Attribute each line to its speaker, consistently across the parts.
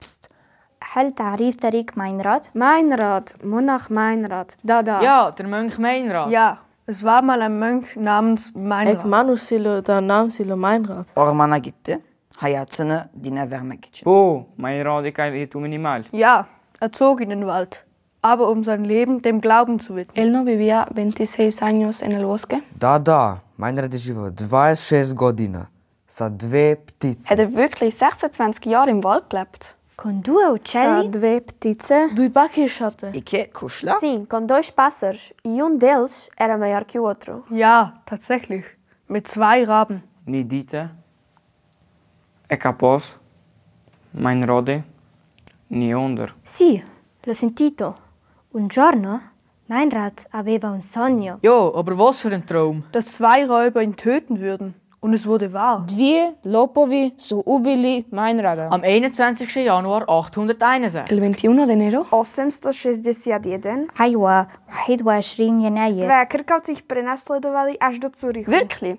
Speaker 1: jetzt هل تعريف تاريخ ماينراد؟
Speaker 2: Meinrad, Monach Meinrad, da da.
Speaker 3: Ja, der Mönch Meinrad.
Speaker 4: Ah. Ja, es war mal ein Mönch namens Meinrad.
Speaker 5: Ekmanusilo da namsilo Meinrad.
Speaker 6: Ormana gitti. Hayatını dine vermek için.
Speaker 7: Bu Meinrad ikaliyet minimal.
Speaker 4: Ja, er zog in den Wald, aber um sein Leben dem Glauben zu widmen.
Speaker 8: Él no vivía 26 años en el bosque.
Speaker 9: Da, da, Meinrad je živel 26 godina sa dve ptice.
Speaker 8: Hat er wirklich 26 Jahre im Wald gelebt?
Speaker 1: Con due uccelli?
Speaker 2: Dve ptice.
Speaker 6: İki kuşla.
Speaker 10: Sim, com dois pássaros e um deles era maior que o outro.
Speaker 4: Ja, tatsächlich. Mit zwei Raben.
Speaker 7: Nidite. Ekapos. Meinrode. Nionder.
Speaker 1: Sì, l'ho sentito. Un giorno Meinrad aveva un sogno.
Speaker 3: Ja, aber was für ein Traum.
Speaker 4: Dass zwei Räuber ihn töten würden. Und es wurde wahr.
Speaker 11: Dvije lopovi su ubili Meinrada.
Speaker 3: Am 21. Januar
Speaker 8: El
Speaker 3: 861.
Speaker 8: 21 de enero
Speaker 2: 861.
Speaker 1: أيوة 21 يناير
Speaker 2: Dva krkavci jih prenasledovali až do Curychu.
Speaker 8: Wirklich?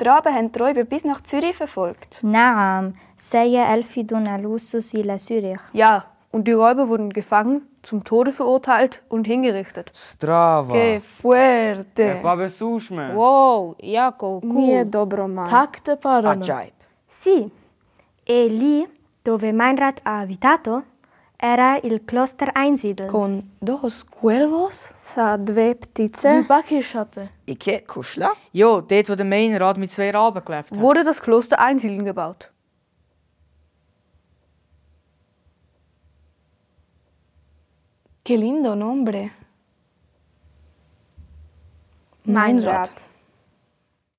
Speaker 8: Die Raben haben die Räuber bis nach Zürich verfolgt.
Speaker 1: نعم سيألفد الأسوس إلى سوريخ
Speaker 4: Ja, und die Räuber wurden gefangen, zum Tode verurteilt und hingerichtet.
Speaker 9: Strava.
Speaker 4: fuerte.
Speaker 7: Epa besušme.
Speaker 11: Wow, jako cool.
Speaker 2: Nije dobro, man.
Speaker 5: Takte parana.
Speaker 6: Acayip.
Speaker 1: Sì, e lì dove Meinrad ha abitato era il Kloster Einsiedel.
Speaker 8: Con dos cuervos?
Speaker 2: Sa dve ptice.
Speaker 5: Bakischatte.
Speaker 6: İki kuşla.
Speaker 3: Ja, dort, wo der Meinrad mit zwei Raben gelebt hat.
Speaker 4: Wurde das Kloster Einsiedeln gebaut.
Speaker 8: Qué lindo nombre.
Speaker 2: Meinrad.